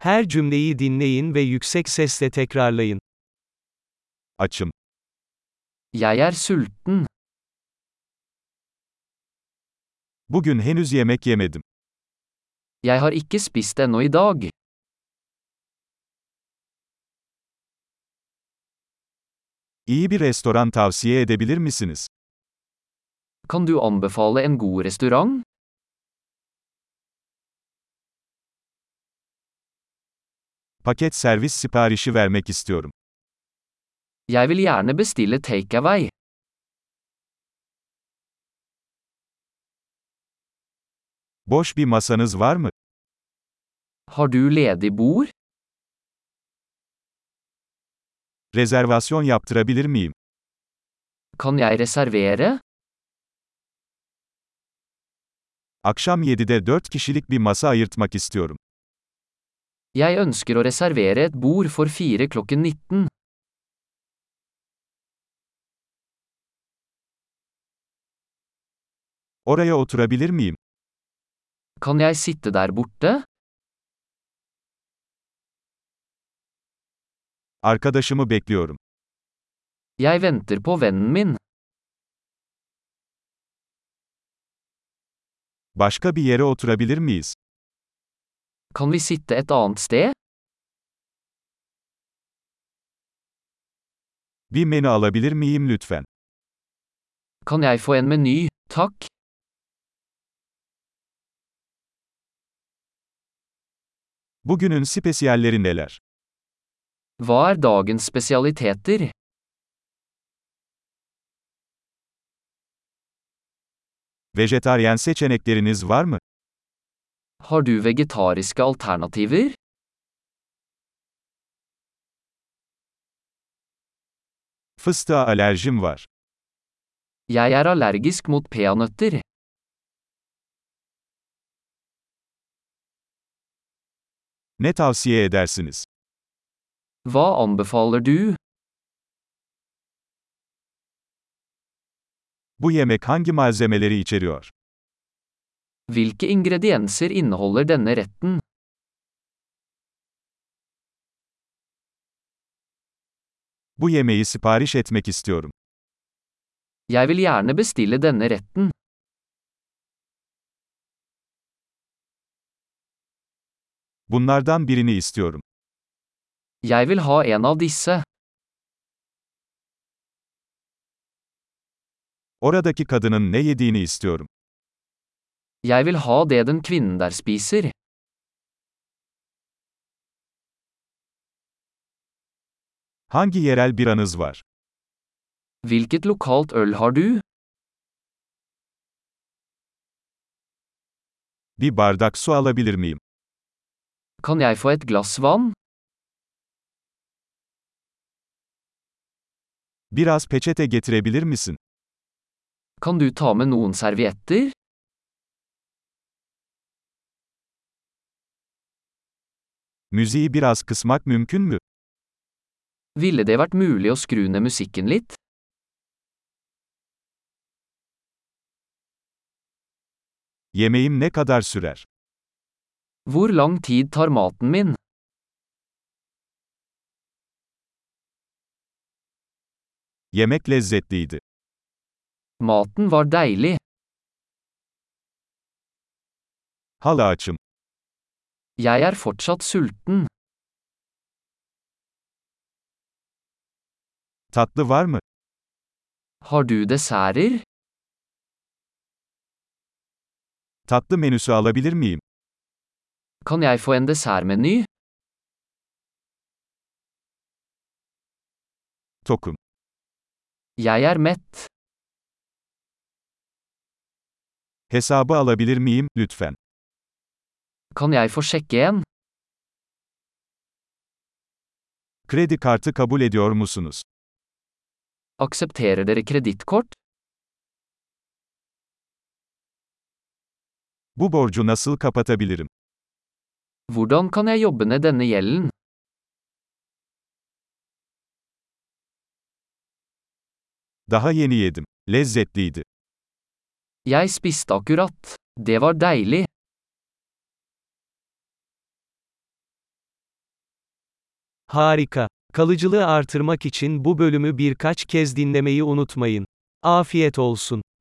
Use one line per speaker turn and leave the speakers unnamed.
Her cümleyi dinleyin ve yüksek sesle tekrarlayın.
Açım.
Jeg er sulten.
Bugün henüz yemek yemedim.
Jeg har ikke spist ennå i dag.
İyi bir restoran tavsiye edebilir misiniz?
Kan du anbefale en god restaurant?
Paket servis siparişi vermek istiyorum.
Jeg vil gjerne bestille takeaway.
Boş bir masanız var mı?
Har du ledig bord?
Rezervasyon yaptırabilir miyim?
Kan jeg reservere?
Akşam 7'de 4 kişilik bir masa ayırtmak istiyorum.
Jeg ønsker å reservere et bord for fire klokken 19.
Oraya oturabilir miyim?
Kan jeg sitte der borte?
Arkadaşımı bekliyorum.
Jeg venter på vennen min.
Başka bir yere oturabilir miyiz?
Kan vi sitte et annet sted?
Bir menü alabilir miyim lütfen?
Kan jeg få en meny? Takk.
Bugünün spesiyalleri neler?
Hva er dagens spesialiteter?
Vejetaryen seçenekleriniz var mı?
Har du vegetariske alternativer?
Fıstığa alerjim var.
Jeg er allergisk mot peanøtter.
Ne tavsiye edersiniz?
Hva anbefaler du?
Bu yemek hangi malzemeleri içeriyor?
Hvilke ingredienser inneholder denne retten?
Bu yemeği sipariş etmek istiyorum.
Jeg vil gjerne bestille denne retten.
Bunlardan birini istiyorum.
Jeg vil ha en av disse.
Oradaki kadının ne yediğini istiyorum.
Jeg vil ha det den kvinnen der spiser.
Hangi yerel biranız var?
Hvilket lokalt øl har du?
Bir bardak su alabilir miyim?
Kan jeg få et glass vann?
Biraz peçete getirebilir misin?
Kan du ta med noen servietter?
Müziği biraz kısmak mümkün mü?
Ville det vært mulig å skru ned musikken litt?
Yemeğim ne kadar sürer?
Hvor lang tid tar maten min?
Yemek lezzetliydi.
Maten var deilig.
Hala açım.
Jeg er fortsatt sulten.
Tatlı var mı?
Har du desserter?
Tatlı menüsü alabilir miyim?
Kan jeg få en dessertmeny?
Tokum.
Jeg er mett.
Hesabı alabilir miyim lütfen?
Kan jeg få sjekke en?
Kredi kartı kabul ediyor musunuz?
Aksepterer dere kredittkort?
Bu borcu nasıl kapatabilirim?
Hvordan kan jeg jobbe ned denne gjelden?
Daha yeni yedim. Lezzetliydi.
Jeg spiste akkurat. Det var deilig.
Harika. Kalıcılığı artırmak için bu bölümü birkaç kez dinlemeyi unutmayın. Afiyet olsun.